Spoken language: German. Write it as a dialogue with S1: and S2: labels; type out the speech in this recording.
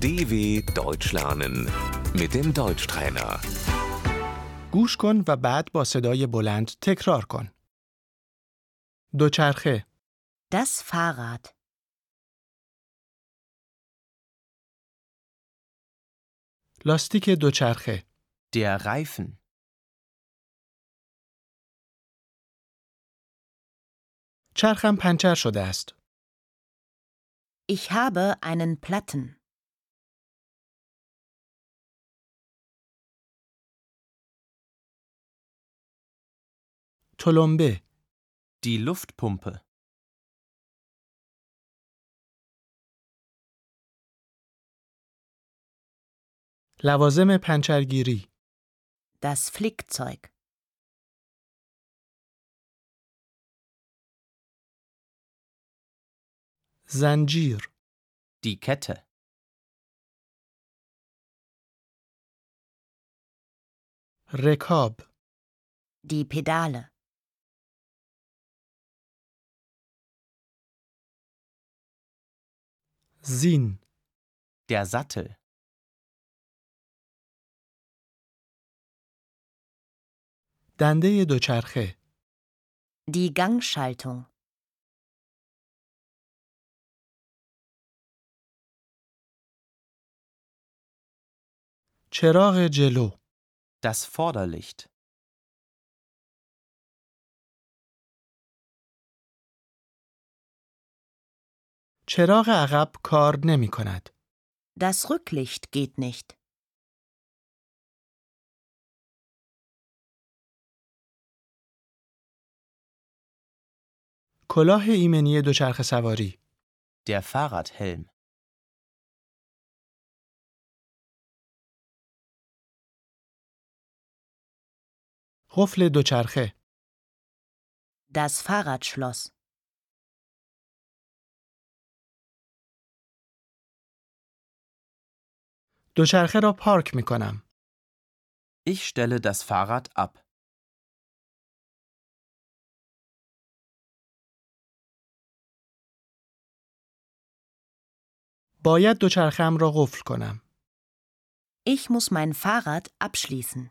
S1: DW Deutsch lernen mit dem Deutschtrainer.
S2: گوش کن و بعد با صدای بلند تکرار کن. دوچرخه،
S3: Das Fahrrad.
S2: لاستیک دوچرخه،
S4: Der Reifen.
S2: چرخم پنچر شده است.
S3: Ich habe einen Platten.
S2: تلمبه،
S4: Die Luftpumpe.
S2: لوازم پنچرگیری،
S3: Das Flickzeug.
S2: زنجیر،
S4: Die Kette.
S2: رکاب،
S3: Die Pedale.
S2: زین،
S4: Der Sattel.
S2: دنده دوچرخه،
S3: Die Gangschaltung.
S2: چراغ جلو،
S4: Das Vorderlicht.
S2: چراغ عقب کار نمی کند.
S3: Das Rücklicht geht nicht.
S2: کلاه ایمنی دوچرخه سواری،
S4: Der Fahrradhelm.
S2: قفل دوچرخه،
S3: Das Fahrradschloss.
S2: دوچرخه را پارک می کنم.
S4: Ich stelle das Fahrrad ab.
S2: باید دوچرخم را قفل کنم.
S3: Ich muss mein Fahrrad abschließen.